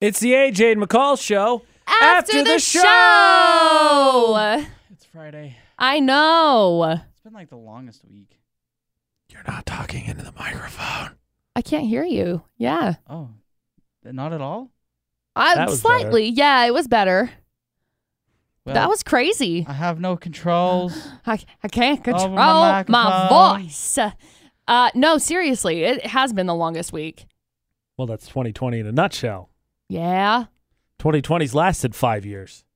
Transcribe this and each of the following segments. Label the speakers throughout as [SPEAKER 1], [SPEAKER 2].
[SPEAKER 1] It's the AJ and McCall show
[SPEAKER 2] After the show!
[SPEAKER 3] It's Friday.
[SPEAKER 2] I know.
[SPEAKER 3] It's been like the longest week.
[SPEAKER 1] You're not talking into the microphone.
[SPEAKER 2] I can't hear you. Yeah.
[SPEAKER 3] Oh, not at all.
[SPEAKER 2] I
[SPEAKER 1] That was
[SPEAKER 2] slightly. Yeah, it was better.
[SPEAKER 3] Well,
[SPEAKER 2] that was crazy.
[SPEAKER 3] I have no controls.
[SPEAKER 2] I, I can't
[SPEAKER 3] Over
[SPEAKER 2] control
[SPEAKER 3] my
[SPEAKER 2] my,
[SPEAKER 3] microphone.
[SPEAKER 2] voice. Uh no, seriously, it has been the longest week.
[SPEAKER 1] Well, that's 2020 in a nutshell.
[SPEAKER 2] Yeah.
[SPEAKER 1] 2020's lasted five years.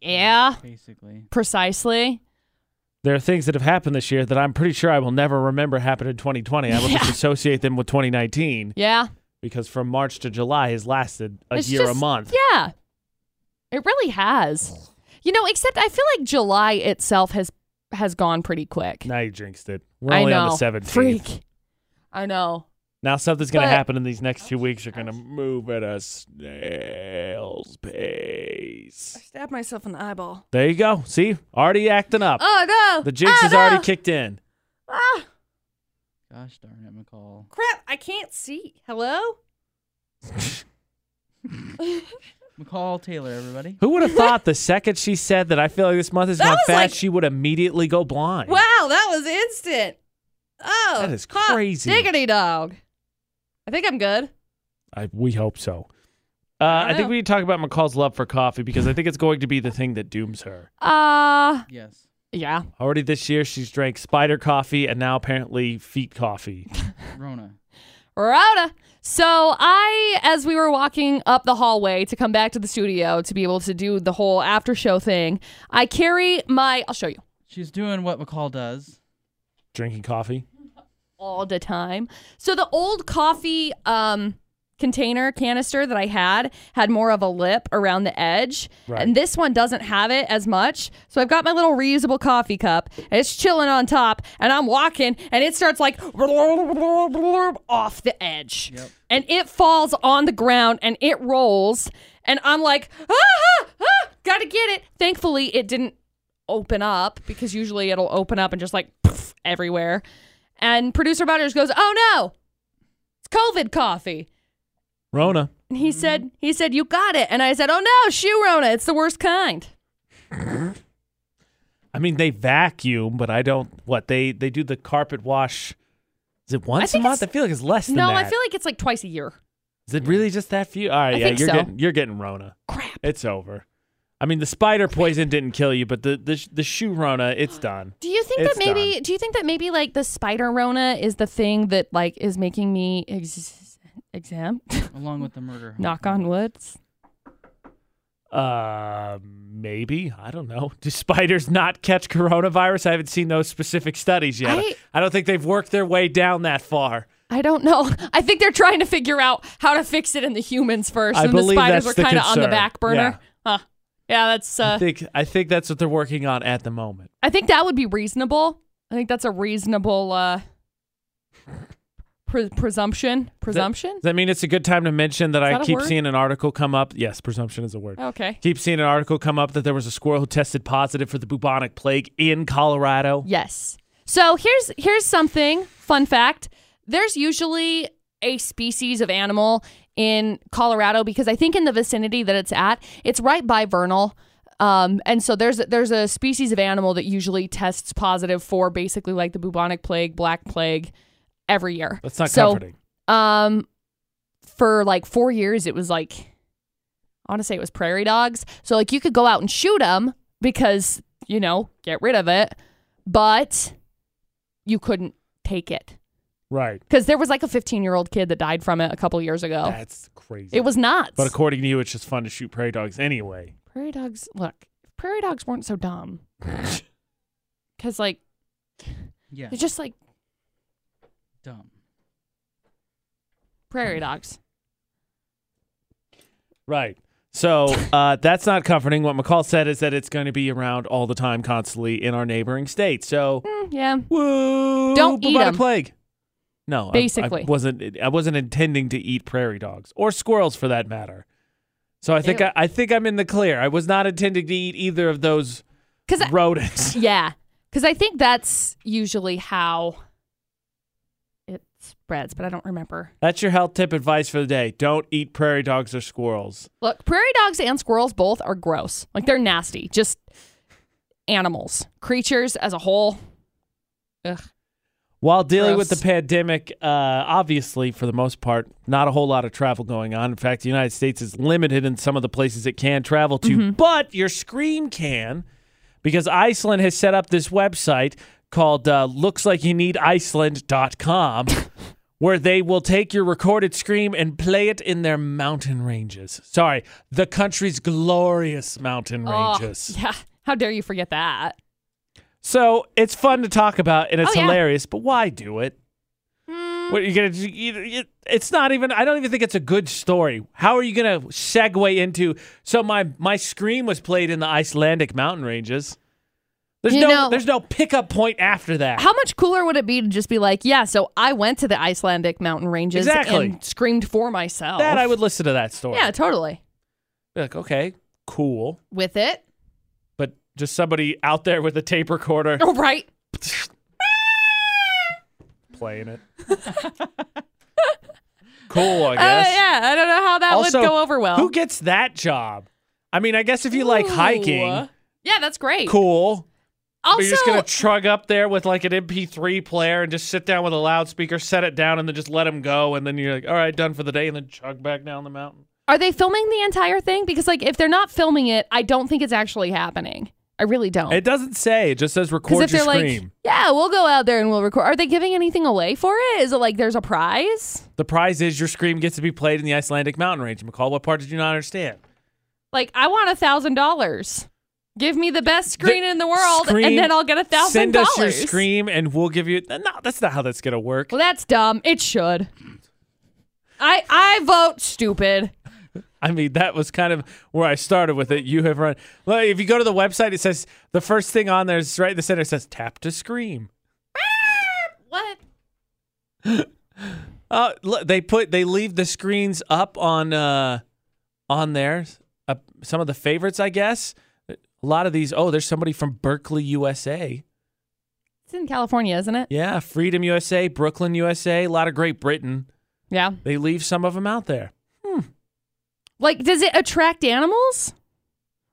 [SPEAKER 2] Yeah.
[SPEAKER 3] Basically.
[SPEAKER 2] Precisely.
[SPEAKER 1] There are things that have happened this year that I'm pretty sure I will never remember happened in 2020. I will just
[SPEAKER 2] Yeah.
[SPEAKER 1] associate them with 2019
[SPEAKER 2] Yeah.
[SPEAKER 1] because from March to July has lasted a
[SPEAKER 2] It's
[SPEAKER 1] year, a
[SPEAKER 2] just-
[SPEAKER 1] month.
[SPEAKER 2] Yeah. It really has. You know, except I feel like July itself has has gone pretty quick.
[SPEAKER 1] Now you jinxed it. We're
[SPEAKER 2] I
[SPEAKER 1] only
[SPEAKER 2] know.
[SPEAKER 1] on the 17th.
[SPEAKER 2] Freak. I know.
[SPEAKER 1] Now something's going to
[SPEAKER 2] But-
[SPEAKER 1] happen in these next two weeks. You're going to move at a snail's pace.
[SPEAKER 2] Stab myself in the eyeball.
[SPEAKER 1] There you go. See? Already acting up.
[SPEAKER 2] Oh no!
[SPEAKER 1] The jinx
[SPEAKER 2] oh,
[SPEAKER 1] is already
[SPEAKER 2] no.
[SPEAKER 1] kicked in.
[SPEAKER 2] Ah,
[SPEAKER 3] Gosh darn it, McCall.
[SPEAKER 2] crap! I can't see. Hello?
[SPEAKER 3] McCall Taylor, everybody.
[SPEAKER 1] Who would have thought the second she said that I feel like this month has
[SPEAKER 2] That
[SPEAKER 1] gone
[SPEAKER 2] was
[SPEAKER 1] fast,
[SPEAKER 2] like-
[SPEAKER 1] she would immediately go blind?
[SPEAKER 2] Wow, that was instant. Oh,
[SPEAKER 1] That is
[SPEAKER 2] hot
[SPEAKER 1] crazy.
[SPEAKER 2] Diggity dog. I think I'm good.
[SPEAKER 1] I, we hope so. Uh,
[SPEAKER 2] I
[SPEAKER 1] I,
[SPEAKER 2] don't
[SPEAKER 1] think
[SPEAKER 2] know.
[SPEAKER 1] we need to talk about McCall's love for coffee because I think it's going to be the thing that dooms her.
[SPEAKER 2] Uh,
[SPEAKER 3] Yes.
[SPEAKER 2] yeah.
[SPEAKER 1] Already this year, she's drank spider coffee and now apparently feet coffee.
[SPEAKER 3] Rona.
[SPEAKER 2] Rhoda. So I, as we were walking up the hallway to come back to the studio to be able to do the whole after show thing, I carry my. I'll show you
[SPEAKER 3] She's doing what McCall does.
[SPEAKER 1] Drinking coffee.
[SPEAKER 2] all the time. So the old coffee um container canister that I had had more of a lip around the edge.
[SPEAKER 1] Right.
[SPEAKER 2] And this one doesn't have it as much. So I've got my little reusable coffee cup. And it's chilling on top and I'm walking and it starts like off the edge.
[SPEAKER 3] Yep.
[SPEAKER 2] And it falls on the ground and it rolls and I'm like, ah, ah, ah, got to get it. Thankfully it didn't open up because usually it'll open up and just like poof, everywhere. And producer Butters goes, "Oh no, it's COVID coffee."
[SPEAKER 1] Rona.
[SPEAKER 2] And he said, "He said you got it." And I said, "Oh no, shoe Rona, it's the worst kind."
[SPEAKER 1] I mean, they vacuum, but I don't. What they they do the carpet wash? Is it once a
[SPEAKER 2] think
[SPEAKER 1] month? I
[SPEAKER 2] it's-
[SPEAKER 1] feel like it's less than
[SPEAKER 2] No,
[SPEAKER 1] that.
[SPEAKER 2] I feel like it's like twice a year.
[SPEAKER 1] Is it really just that few? All right,
[SPEAKER 2] I
[SPEAKER 1] yeah,
[SPEAKER 2] think
[SPEAKER 1] you're
[SPEAKER 2] so.
[SPEAKER 1] getting you're getting Rona.
[SPEAKER 2] Crap.
[SPEAKER 1] It's over. I mean, the spider poison didn't kill you, but the the, sh- the shoe Rona, it's done.
[SPEAKER 2] Do you think
[SPEAKER 1] It's
[SPEAKER 2] that maybe? Do you think that maybe like the spider Rona is the thing that like is making me ex- exempt?
[SPEAKER 3] Along with the murder.
[SPEAKER 2] Knock on woods.
[SPEAKER 1] Uh, maybe I don't know. Do spiders not catch coronavirus? I haven't seen those specific studies yet.
[SPEAKER 2] I-
[SPEAKER 1] I don't think they've worked their way down that far.
[SPEAKER 2] I don't know. I think they're trying to figure out how to fix it in the humans first,
[SPEAKER 1] I
[SPEAKER 2] and the
[SPEAKER 1] believe
[SPEAKER 2] spiders
[SPEAKER 1] that's the
[SPEAKER 2] were kind of on the
[SPEAKER 1] concern.
[SPEAKER 2] back burner. Huh. Yeah, that's. Uh,
[SPEAKER 1] I think I think that's what they're working on at the moment.
[SPEAKER 2] I think that would be reasonable. I think that's a reasonable uh pre- presumption. Presumption?
[SPEAKER 1] Does that mean it's a good time to mention that,
[SPEAKER 2] that
[SPEAKER 1] I
[SPEAKER 2] a
[SPEAKER 1] keep
[SPEAKER 2] word?
[SPEAKER 1] seeing an article come up? Yes, presumption is a word.
[SPEAKER 2] okay.
[SPEAKER 1] Keep seeing an article come up that there was a squirrel who tested positive for the bubonic plague in Colorado.
[SPEAKER 2] Yes. So here's here's something fun fact. There's usually a species of animal in Colorado because I think in the vicinity that it's at, it's right by Vernal. Um, and so there's there's a species of animal that usually tests positive for basically like the bubonic plague, black plague, every year.
[SPEAKER 1] That's not
[SPEAKER 2] so,
[SPEAKER 1] comforting.
[SPEAKER 2] Um, for like four years, it was like I want to say it was prairie dogs. So like you could go out and shoot them because you know get rid of it, but you couldn't take it
[SPEAKER 1] Right.
[SPEAKER 2] because there was like a 15 year old kid that died from it a couple years ago.
[SPEAKER 1] That's crazy.
[SPEAKER 2] Oh. It was nuts.
[SPEAKER 1] But according to you, it's just fun to shoot prairie dogs anyway.
[SPEAKER 2] prairie dogs. Look, prairie dogs weren't so dumb because like
[SPEAKER 3] Yeah.
[SPEAKER 2] they're just like
[SPEAKER 3] Dumb.
[SPEAKER 2] prairie dogs.
[SPEAKER 1] Right. So uh, that's not comforting. What McCall said is that it's going to be around all the time, constantly in our neighboring states. So,
[SPEAKER 2] Mm, yeah.
[SPEAKER 1] woo!
[SPEAKER 2] Don't eat
[SPEAKER 1] bubonic
[SPEAKER 2] 'em.
[SPEAKER 1] plague. No, I- I,
[SPEAKER 2] Basically.
[SPEAKER 1] wasn't. I wasn't intending to eat prairie dogs or squirrels for that matter. So I think
[SPEAKER 2] Ew.
[SPEAKER 1] I, I think I'm in the clear. I was not intending to eat either of those
[SPEAKER 2] Because
[SPEAKER 1] rodents.
[SPEAKER 2] Yeah, because I think that's usually how it's spreads, but I don't remember.
[SPEAKER 1] That's your health tip advice for the day. Don't eat prairie dogs or squirrels.
[SPEAKER 2] Look, prairie dogs and squirrels both are gross. Like they're nasty. Just animals, creatures as a whole. Ugh.
[SPEAKER 1] While dealing with
[SPEAKER 2] Gross.
[SPEAKER 1] the pandemic, uh, obviously, for the most part, not a whole lot of travel going on. In fact, the United States is limited in some of the places it can travel to, but your screen can because Iceland has set up this website called uh, lookslikeyouneediceland.com where they will take your recorded scream and play it in their mountain ranges. Sorry, the country's glorious mountain
[SPEAKER 2] Oh,
[SPEAKER 1] ranges.
[SPEAKER 2] yeah. How dare you forget that?
[SPEAKER 1] So it's fun to talk about and it's
[SPEAKER 2] Oh, yeah. Hmm.
[SPEAKER 1] hilarious, but why do it? What are you gonna? do? You- you- It's not even. I don't even think it's a good story. How are you gonna segue into? So my my scream was played in the Icelandic mountain ranges. There's
[SPEAKER 2] You
[SPEAKER 1] no
[SPEAKER 2] know-
[SPEAKER 1] there's no pickup point after that.
[SPEAKER 2] How much cooler would it be to just be like, yeah, so I went to the Icelandic mountain ranges
[SPEAKER 1] Exactly.
[SPEAKER 2] and screamed for myself.
[SPEAKER 1] that I would listen to that story.
[SPEAKER 2] Yeah, totally.
[SPEAKER 1] Be like okay, cool,
[SPEAKER 2] With it.
[SPEAKER 1] but just somebody out there with a tape recorder
[SPEAKER 2] Oh, right.
[SPEAKER 1] playing it. cool, I
[SPEAKER 2] Uh,
[SPEAKER 1] guess.
[SPEAKER 2] yeah, I don't know how that
[SPEAKER 1] also,
[SPEAKER 2] would go over well.
[SPEAKER 1] Who gets that job? I mean, I guess if you like
[SPEAKER 2] Ooh.
[SPEAKER 1] hiking,
[SPEAKER 2] Yeah, that's great.
[SPEAKER 1] cool.
[SPEAKER 2] Also,
[SPEAKER 1] but you're just gonna trug up there with like an MP3 player and just sit down with a loudspeaker, set it down, and then just let them go, and then you're like, all right, done for the day, and then chug back down the mountain.
[SPEAKER 2] are they filming the entire thing? Because like, if they're not filming it, I don't think it's actually happening. I really don't.
[SPEAKER 1] It doesn't say; it just says
[SPEAKER 2] Because
[SPEAKER 1] record
[SPEAKER 2] if
[SPEAKER 1] your
[SPEAKER 2] they're
[SPEAKER 1] scream.
[SPEAKER 2] like, yeah, we'll go out there and we'll record. Are they giving anything away for it? Is it like there's a prize?
[SPEAKER 1] the prize is your scream gets to be played in the Icelandic mountain range. McCall, what part did you not understand?
[SPEAKER 2] Like, I want a thousand dollars. Give me the best screen in the world,
[SPEAKER 1] Scream,
[SPEAKER 2] and then I'll get a thousand
[SPEAKER 1] Send
[SPEAKER 2] dollars.
[SPEAKER 1] us your scream, and we'll give you. No, that's not how that's gonna work.
[SPEAKER 2] Well, that's dumb. It should. I I vote stupid.
[SPEAKER 1] I mean, that was kind of where I started with it. You have run. Well, if you go to the website, it says the first thing on there is right in the center it says tap to scream.
[SPEAKER 2] What?
[SPEAKER 1] Uh, look, they put they leave the screens up on uh on there. Uh, some of the favorites, I guess. A lot of these. Oh, there's somebody from Berkeley, USA.
[SPEAKER 2] It's in California, isn't it?
[SPEAKER 1] Yeah, Freedom USA, Brooklyn USA. A lot of Great Britain.
[SPEAKER 2] Yeah.
[SPEAKER 1] They leave some of them out there.
[SPEAKER 2] Like, does it attract animals?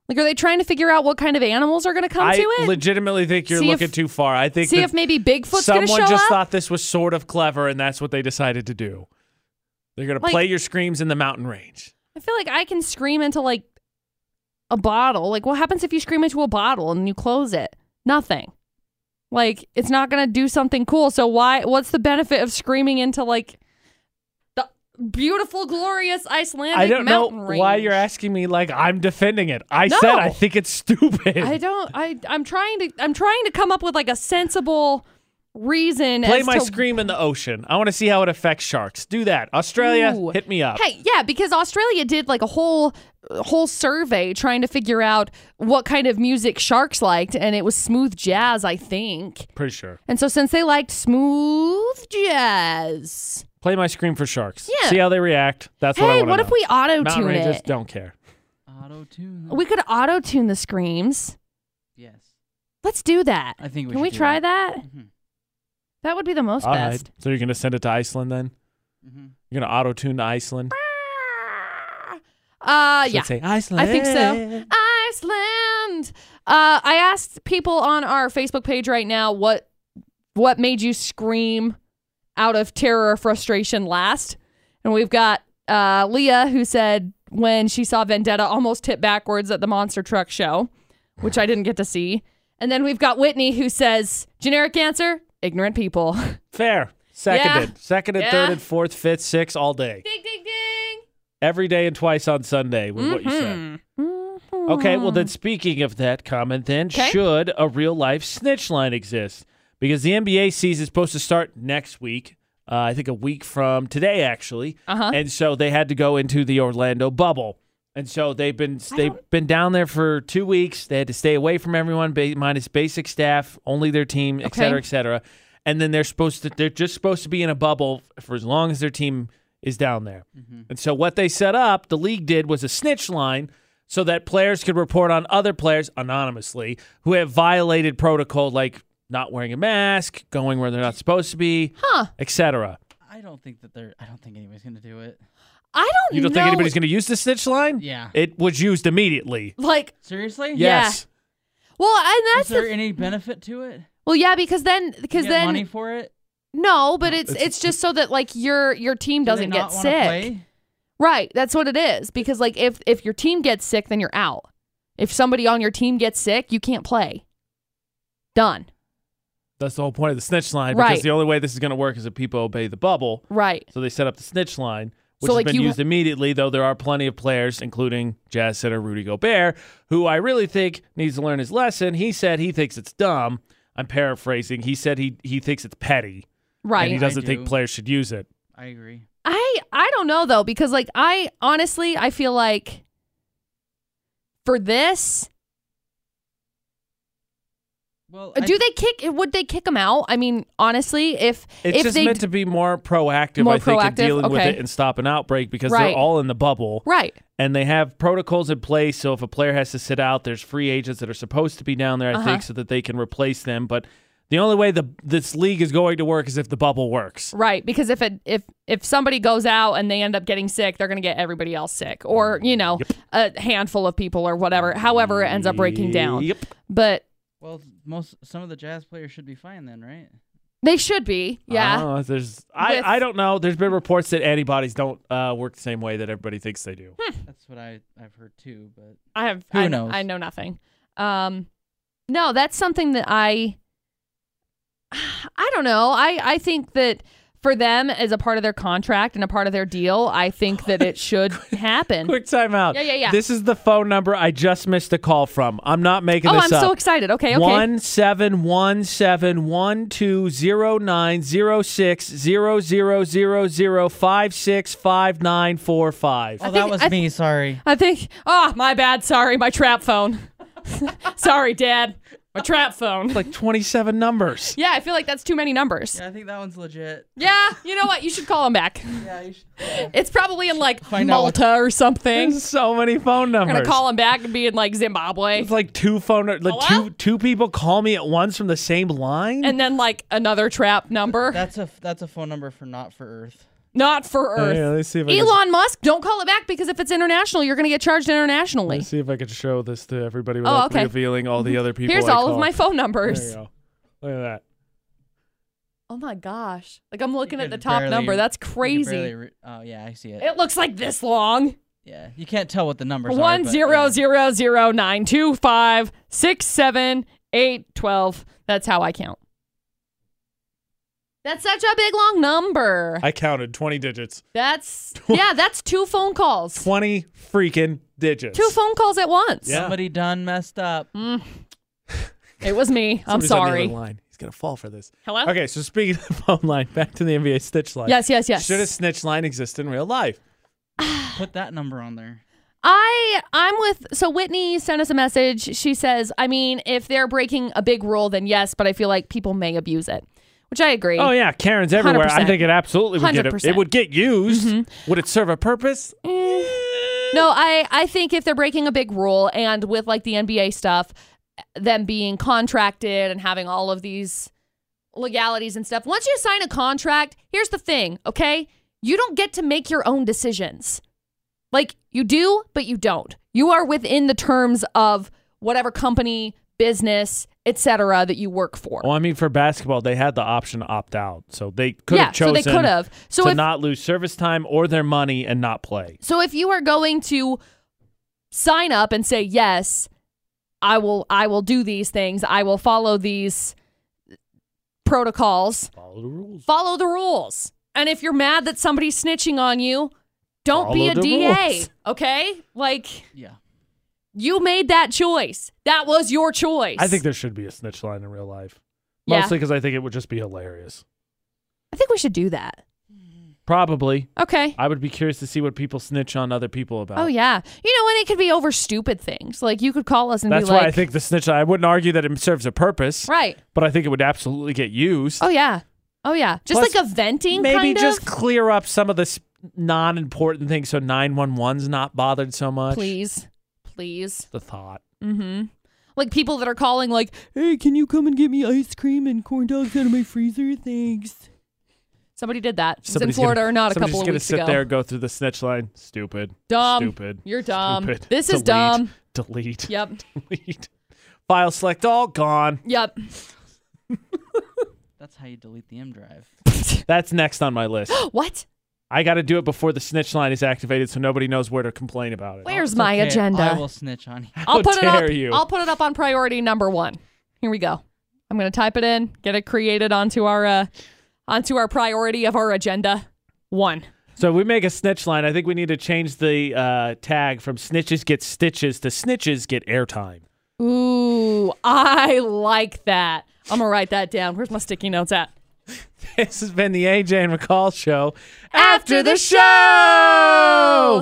[SPEAKER 2] Like, are they trying to figure out what kind of animals are going to come
[SPEAKER 1] I
[SPEAKER 2] to it?
[SPEAKER 1] legitimately think you're
[SPEAKER 2] See if-
[SPEAKER 1] looking too far. I think
[SPEAKER 2] See
[SPEAKER 1] that
[SPEAKER 2] if maybe Bigfoot's going to show
[SPEAKER 1] someone just
[SPEAKER 2] up.
[SPEAKER 1] thought this was sort of clever, and that's what they decided to do. They're gonna
[SPEAKER 2] Like-
[SPEAKER 1] play your screams in the mountain range.
[SPEAKER 2] I feel like I can scream into like a bottle. Like, what happens if you scream into a bottle and you close it? Nothing. Like, it's not going to do something cool. So why? What's the benefit of screaming into like the beautiful, glorious Icelandic
[SPEAKER 1] I don't know
[SPEAKER 2] mountain range?
[SPEAKER 1] why you're asking me. Like I'm defending it. I
[SPEAKER 2] No.
[SPEAKER 1] said I think it's stupid.
[SPEAKER 2] I don't. I I'm trying to. I'm trying to come up with like a sensible reason.
[SPEAKER 1] play
[SPEAKER 2] as
[SPEAKER 1] my
[SPEAKER 2] to-
[SPEAKER 1] scream in the ocean. I want to see how it affects sharks. Do that, Australia.
[SPEAKER 2] Ooh.
[SPEAKER 1] Hit me up.
[SPEAKER 2] Hey, yeah, because Australia did like a whole whole survey trying to figure out what kind of music sharks liked, and it was smooth jazz, I think.
[SPEAKER 1] Pretty sure.
[SPEAKER 2] And so since they liked smooth jazz,
[SPEAKER 1] Play my scream for sharks.
[SPEAKER 2] Yeah.
[SPEAKER 1] See how they react. That's what I
[SPEAKER 2] hey,
[SPEAKER 1] want
[SPEAKER 2] what if we auto
[SPEAKER 1] mountain
[SPEAKER 2] tune
[SPEAKER 1] rangers
[SPEAKER 2] it?
[SPEAKER 1] don't care.
[SPEAKER 3] Auto tune.
[SPEAKER 2] We could auto tune the screams.
[SPEAKER 3] yes.
[SPEAKER 2] Let's do that.
[SPEAKER 3] I think we
[SPEAKER 2] Can
[SPEAKER 3] should
[SPEAKER 2] we
[SPEAKER 3] do
[SPEAKER 2] try that?
[SPEAKER 3] Mhm.
[SPEAKER 2] That would be the most
[SPEAKER 1] All right.
[SPEAKER 2] best.
[SPEAKER 1] So you're gonna send it to Iceland then?
[SPEAKER 3] Mhm.
[SPEAKER 1] You're gonna auto tune to Iceland?
[SPEAKER 2] Uh,
[SPEAKER 1] Should
[SPEAKER 2] yeah.
[SPEAKER 1] it Say Iceland.
[SPEAKER 2] I think so. Iceland. Uh, I asked people on our Facebook page right now what what made you scream out of terror or frustration last, and we've got uh, Leah who said when she saw Vendetta almost hit backwards at the monster truck show, which I didn't get to see, and then we've got Whitney who says generic answer ignorant people. ding
[SPEAKER 1] Fair. Seconded. Seconded,
[SPEAKER 2] Yeah.
[SPEAKER 1] third, and fourth, fifth, sixth, all day.
[SPEAKER 2] ding ding.
[SPEAKER 1] Every day and twice on Sunday was what you said.
[SPEAKER 2] Mm-hmm.
[SPEAKER 1] Okay, well, then speaking of that comment, then
[SPEAKER 2] 'Kay.
[SPEAKER 1] should a real life snitch line exist? Because the NBA season is supposed to start next week. Uh, I think a week from today, actually.
[SPEAKER 2] Uh-huh.
[SPEAKER 1] And so they had to go into the Orlando bubble. And so they've been they've been down there for two weeks. They had to stay away from everyone, ba- minus basic staff, only their team, et
[SPEAKER 2] Okay.
[SPEAKER 1] cetera, et cetera. And then they're supposed to they're just supposed to be in a bubble for as long as their team is down there.
[SPEAKER 2] Mm-hmm.
[SPEAKER 1] And so what they set up, the league did, was a snitch line so that players could report on other players anonymously who have violated protocol, like not wearing a mask, going where they're not supposed to be,
[SPEAKER 2] Huh.
[SPEAKER 1] et cetera.
[SPEAKER 3] I don't think that they're. I don't think anybody's gonna do it.
[SPEAKER 2] I don't.
[SPEAKER 1] You don't think
[SPEAKER 2] know-
[SPEAKER 1] anybody's going to use the snitch line?
[SPEAKER 3] Yeah.
[SPEAKER 1] It was used immediately.
[SPEAKER 2] like.
[SPEAKER 3] Seriously?
[SPEAKER 2] Yeah.
[SPEAKER 1] Yes.
[SPEAKER 2] Well, and
[SPEAKER 3] Is
[SPEAKER 2] that's
[SPEAKER 3] there
[SPEAKER 2] the,
[SPEAKER 3] any benefit to it?
[SPEAKER 2] well, yeah, because then because
[SPEAKER 3] Get
[SPEAKER 2] then
[SPEAKER 3] money for it.
[SPEAKER 2] no, but it's
[SPEAKER 1] It's-
[SPEAKER 2] it's just so that like your your team
[SPEAKER 3] Do they
[SPEAKER 2] doesn't
[SPEAKER 3] not
[SPEAKER 2] get
[SPEAKER 3] wanna
[SPEAKER 2] sick.
[SPEAKER 3] Play?
[SPEAKER 2] Right, that's what it is. Because like if if your team gets sick, then you're out. If somebody on your team gets sick, you can't play. Done.
[SPEAKER 1] That's the whole point of the snitch line because
[SPEAKER 2] Right.
[SPEAKER 1] the only way this is going to work is if people obey the bubble.
[SPEAKER 2] Right.
[SPEAKER 1] So they set up the snitch line, which
[SPEAKER 2] So,
[SPEAKER 1] has
[SPEAKER 2] like,
[SPEAKER 1] been
[SPEAKER 2] you-
[SPEAKER 1] used immediately, though there are plenty of players, including jazz center Rudy Gobert, who I really think needs to learn his lesson. He said he thinks it's dumb. I'm paraphrasing. He said he, he thinks it's petty
[SPEAKER 2] Right.
[SPEAKER 1] and he doesn't
[SPEAKER 3] I
[SPEAKER 1] think
[SPEAKER 3] do.
[SPEAKER 1] players should use it.
[SPEAKER 3] I agree.
[SPEAKER 2] I I don't know though because like I honestly I feel like for this
[SPEAKER 3] Well, I-
[SPEAKER 2] do they kick would they kick him out? I mean honestly if
[SPEAKER 1] It's
[SPEAKER 2] if
[SPEAKER 1] just
[SPEAKER 2] they
[SPEAKER 1] meant to be more proactive,
[SPEAKER 2] More
[SPEAKER 1] I think, in
[SPEAKER 2] proactive?
[SPEAKER 1] dealing with
[SPEAKER 2] Okay.
[SPEAKER 1] it and stop an outbreak because
[SPEAKER 2] Right.
[SPEAKER 1] they're all in the bubble
[SPEAKER 2] right
[SPEAKER 1] and they have protocols in place. So if a player has to sit out, there's free agents that are supposed to be down there, I
[SPEAKER 2] Uh-huh.
[SPEAKER 1] think, so that they can replace them. But the only way the this league is going to work is if the bubble works.
[SPEAKER 2] right because if it if if somebody goes out and they end up getting sick they're going to get everybody else sick or you know a handful of people or whatever however it ends up breaking down.
[SPEAKER 1] Yep.
[SPEAKER 2] But
[SPEAKER 3] Well, most some of the jazz players should be fine then, right?
[SPEAKER 2] they should be. Yeah.
[SPEAKER 1] Oh, there's I,
[SPEAKER 2] With-
[SPEAKER 1] I don't know. There's been reports that antibodies don't uh, work the same way that everybody thinks they do.
[SPEAKER 3] That's what I I've heard too. But
[SPEAKER 2] I have
[SPEAKER 3] Who
[SPEAKER 2] I,
[SPEAKER 3] knows?
[SPEAKER 2] I know nothing. Um no, that's something that I I don't know. I I think that for them as a part of their contract and a part of their deal, I think that it should happen.
[SPEAKER 1] Quick timeout.
[SPEAKER 2] Yeah, yeah, yeah.
[SPEAKER 1] This is the phone number I just missed a call from. I'm not making
[SPEAKER 2] Oh,
[SPEAKER 1] this
[SPEAKER 2] I'm
[SPEAKER 1] up.
[SPEAKER 2] so excited. Okay, okay.
[SPEAKER 1] One seven one seven one two zero nine zero six zero zero zero zero five six five nine four five.
[SPEAKER 3] oh, that
[SPEAKER 2] think-
[SPEAKER 3] was
[SPEAKER 2] I
[SPEAKER 3] me. Sorry.
[SPEAKER 2] I think oh, my bad. Sorry, my trap phone. Sorry, dad. My trap phone.
[SPEAKER 1] Like twenty seven numbers.
[SPEAKER 2] Yeah, I feel like that's too many numbers.
[SPEAKER 3] Yeah, I think that one's legit.
[SPEAKER 2] Yeah, you know what? You should call him back.
[SPEAKER 3] Yeah, you should.
[SPEAKER 2] It's probably in like
[SPEAKER 3] Find out what-
[SPEAKER 2] Malta or something.
[SPEAKER 1] There's so many phone numbers.
[SPEAKER 2] We're gonna call him back and be in like Zimbabwe,
[SPEAKER 1] It's like two phone like
[SPEAKER 2] Hello?
[SPEAKER 1] two two people call me at once from the same line.
[SPEAKER 2] and then like another trap number.
[SPEAKER 3] That's a that's a phone number for not for Earth.
[SPEAKER 2] Not for
[SPEAKER 1] Oh, Yeah,
[SPEAKER 2] Earth.
[SPEAKER 1] let's see if I Can,
[SPEAKER 2] Elon Musk, don't call it back because if it's international, you're gonna get charged internationally.
[SPEAKER 1] let's see if I could show this to everybody without
[SPEAKER 2] Oh, okay. Mm-hmm.
[SPEAKER 1] revealing all the other people.
[SPEAKER 2] Here's
[SPEAKER 1] I
[SPEAKER 2] all of
[SPEAKER 1] call.
[SPEAKER 2] my phone
[SPEAKER 1] There you
[SPEAKER 2] numbers.
[SPEAKER 1] go. Look at that.
[SPEAKER 2] Oh my gosh! Like I'm looking
[SPEAKER 3] You
[SPEAKER 2] at the
[SPEAKER 3] could
[SPEAKER 2] top
[SPEAKER 3] barely-
[SPEAKER 2] number. That's
[SPEAKER 3] You can
[SPEAKER 2] crazy.
[SPEAKER 3] barely re- oh yeah, I see it.
[SPEAKER 2] It looks like this long.
[SPEAKER 3] Yeah, you can't tell what the numbers are.
[SPEAKER 2] One
[SPEAKER 3] but,
[SPEAKER 2] zero
[SPEAKER 3] yeah.
[SPEAKER 2] zero zero nine two five six seven eight twelve. That's how I count. That's such a big long number.
[SPEAKER 1] I counted twenty digits.
[SPEAKER 2] That's yeah, that's two phone calls.
[SPEAKER 1] Twenty freaking digits.
[SPEAKER 2] Two phone calls at once.
[SPEAKER 1] Yeah.
[SPEAKER 3] Somebody done messed up.
[SPEAKER 2] It was me.
[SPEAKER 1] Somebody's
[SPEAKER 2] I'm
[SPEAKER 1] on the
[SPEAKER 2] sorry.
[SPEAKER 1] other line. He's gonna fall for this.
[SPEAKER 2] Hello?
[SPEAKER 1] Okay, so speaking of the phone line, back to the NBA snitch line.
[SPEAKER 2] Yes, yes, yes. Mm.
[SPEAKER 1] Should a snitch line exist in real life?
[SPEAKER 3] Put that number on there.
[SPEAKER 2] I I'm with so Whitney sent us a message. She says, I mean, if they're breaking a big rule, then yes, but I feel like people may abuse it. Which I agree.
[SPEAKER 1] Oh yeah, Karen's everywhere. I
[SPEAKER 2] 100%.
[SPEAKER 1] think it absolutely would get it
[SPEAKER 2] 100%.
[SPEAKER 1] would get used.
[SPEAKER 2] Mm-hmm.
[SPEAKER 1] Would it serve a purpose?
[SPEAKER 2] Eh. No, I, I think if they're breaking a big rule and with like the NBA stuff, them being contracted and having all of these legalities and stuff, once you sign a contract, here's the thing, okay? You don't get to make your own decisions. Like you do, but you don't. You are within the terms of whatever company, business, etc. that you work for.
[SPEAKER 1] Well, I mean, for basketball, they had the option to opt out, so they could
[SPEAKER 2] yeah,
[SPEAKER 1] have chosen
[SPEAKER 2] so they could have. So
[SPEAKER 1] to
[SPEAKER 2] if
[SPEAKER 1] not lose service time or their money and not play.
[SPEAKER 2] So if you are going to sign up and say yes, I will I will do these things. I will follow these protocols.
[SPEAKER 1] Follow the rules.
[SPEAKER 2] Follow the rules. And if you're mad that somebody's snitching on you, don't be
[SPEAKER 1] Follow
[SPEAKER 2] a
[SPEAKER 1] the
[SPEAKER 2] DA,
[SPEAKER 1] rules.
[SPEAKER 2] okay? Like
[SPEAKER 3] Yeah.
[SPEAKER 2] you made that choice. That was your choice.
[SPEAKER 1] I think there should be a snitch line in real life,
[SPEAKER 2] Yeah.
[SPEAKER 1] mostly because I think it would just be hilarious.
[SPEAKER 2] I think we should do that.
[SPEAKER 1] Probably,
[SPEAKER 2] Okay.
[SPEAKER 1] I would be curious to see what people snitch on other people about.
[SPEAKER 2] Oh yeah. You know, and it could be over stupid things. Like you could call us and
[SPEAKER 1] That's
[SPEAKER 2] be like
[SPEAKER 1] why I think the snitch. I wouldn't argue that it serves a purpose,
[SPEAKER 2] Right.
[SPEAKER 1] but I think it would absolutely get used.
[SPEAKER 2] Oh yeah. Oh yeah. Just
[SPEAKER 1] Plus,
[SPEAKER 2] like a venting
[SPEAKER 1] Maybe
[SPEAKER 2] kind
[SPEAKER 1] just
[SPEAKER 2] of.
[SPEAKER 1] clear up some of the s- non-important things so 911's not bothered so much.
[SPEAKER 2] please please
[SPEAKER 1] The thought.
[SPEAKER 2] mm-hmm like people that are calling like
[SPEAKER 4] Hey, can you come and get me ice cream and corn dogs out of my freezer? Thanks.
[SPEAKER 2] Somebody did that. It was in
[SPEAKER 1] Somebody's
[SPEAKER 2] Florida
[SPEAKER 1] gonna,
[SPEAKER 2] or not a
[SPEAKER 1] somebody's
[SPEAKER 2] couple
[SPEAKER 1] just
[SPEAKER 2] of
[SPEAKER 1] gonna
[SPEAKER 2] weeks
[SPEAKER 1] sit
[SPEAKER 2] ago.
[SPEAKER 1] there and go through the snitch line. Stupid.
[SPEAKER 2] Dumb.
[SPEAKER 1] Stupid.
[SPEAKER 2] You're dumb.
[SPEAKER 1] Stupid.
[SPEAKER 2] Um, This is
[SPEAKER 1] Delete.
[SPEAKER 2] dumb.
[SPEAKER 1] Delete.
[SPEAKER 2] Yep.
[SPEAKER 1] Delete. File select all gone.
[SPEAKER 2] Yep.
[SPEAKER 3] That's how you delete the M drive.
[SPEAKER 1] That's next on my list.
[SPEAKER 2] What?
[SPEAKER 1] I got to do it before the snitch line is activated, so nobody knows where to complain about it.
[SPEAKER 2] Where's
[SPEAKER 3] It's
[SPEAKER 2] my
[SPEAKER 3] okay, I
[SPEAKER 2] agenda?
[SPEAKER 3] will snitch on you.
[SPEAKER 1] How
[SPEAKER 2] I'll put
[SPEAKER 1] dare
[SPEAKER 2] it up.
[SPEAKER 1] you?
[SPEAKER 2] I'll put it up on priority number one. Here we go. I'm gonna type it in, get it created onto our uh, onto our priority of our agenda. One.
[SPEAKER 1] So if we make a snitch line. I think we need to change the uh, tag from snitches get stitches to snitches get airtime.
[SPEAKER 2] Ooh, I like that. I'm gonna write that down. Where's my sticky notes at?
[SPEAKER 1] This has been the AJ and McCall show.
[SPEAKER 2] After the
[SPEAKER 1] show!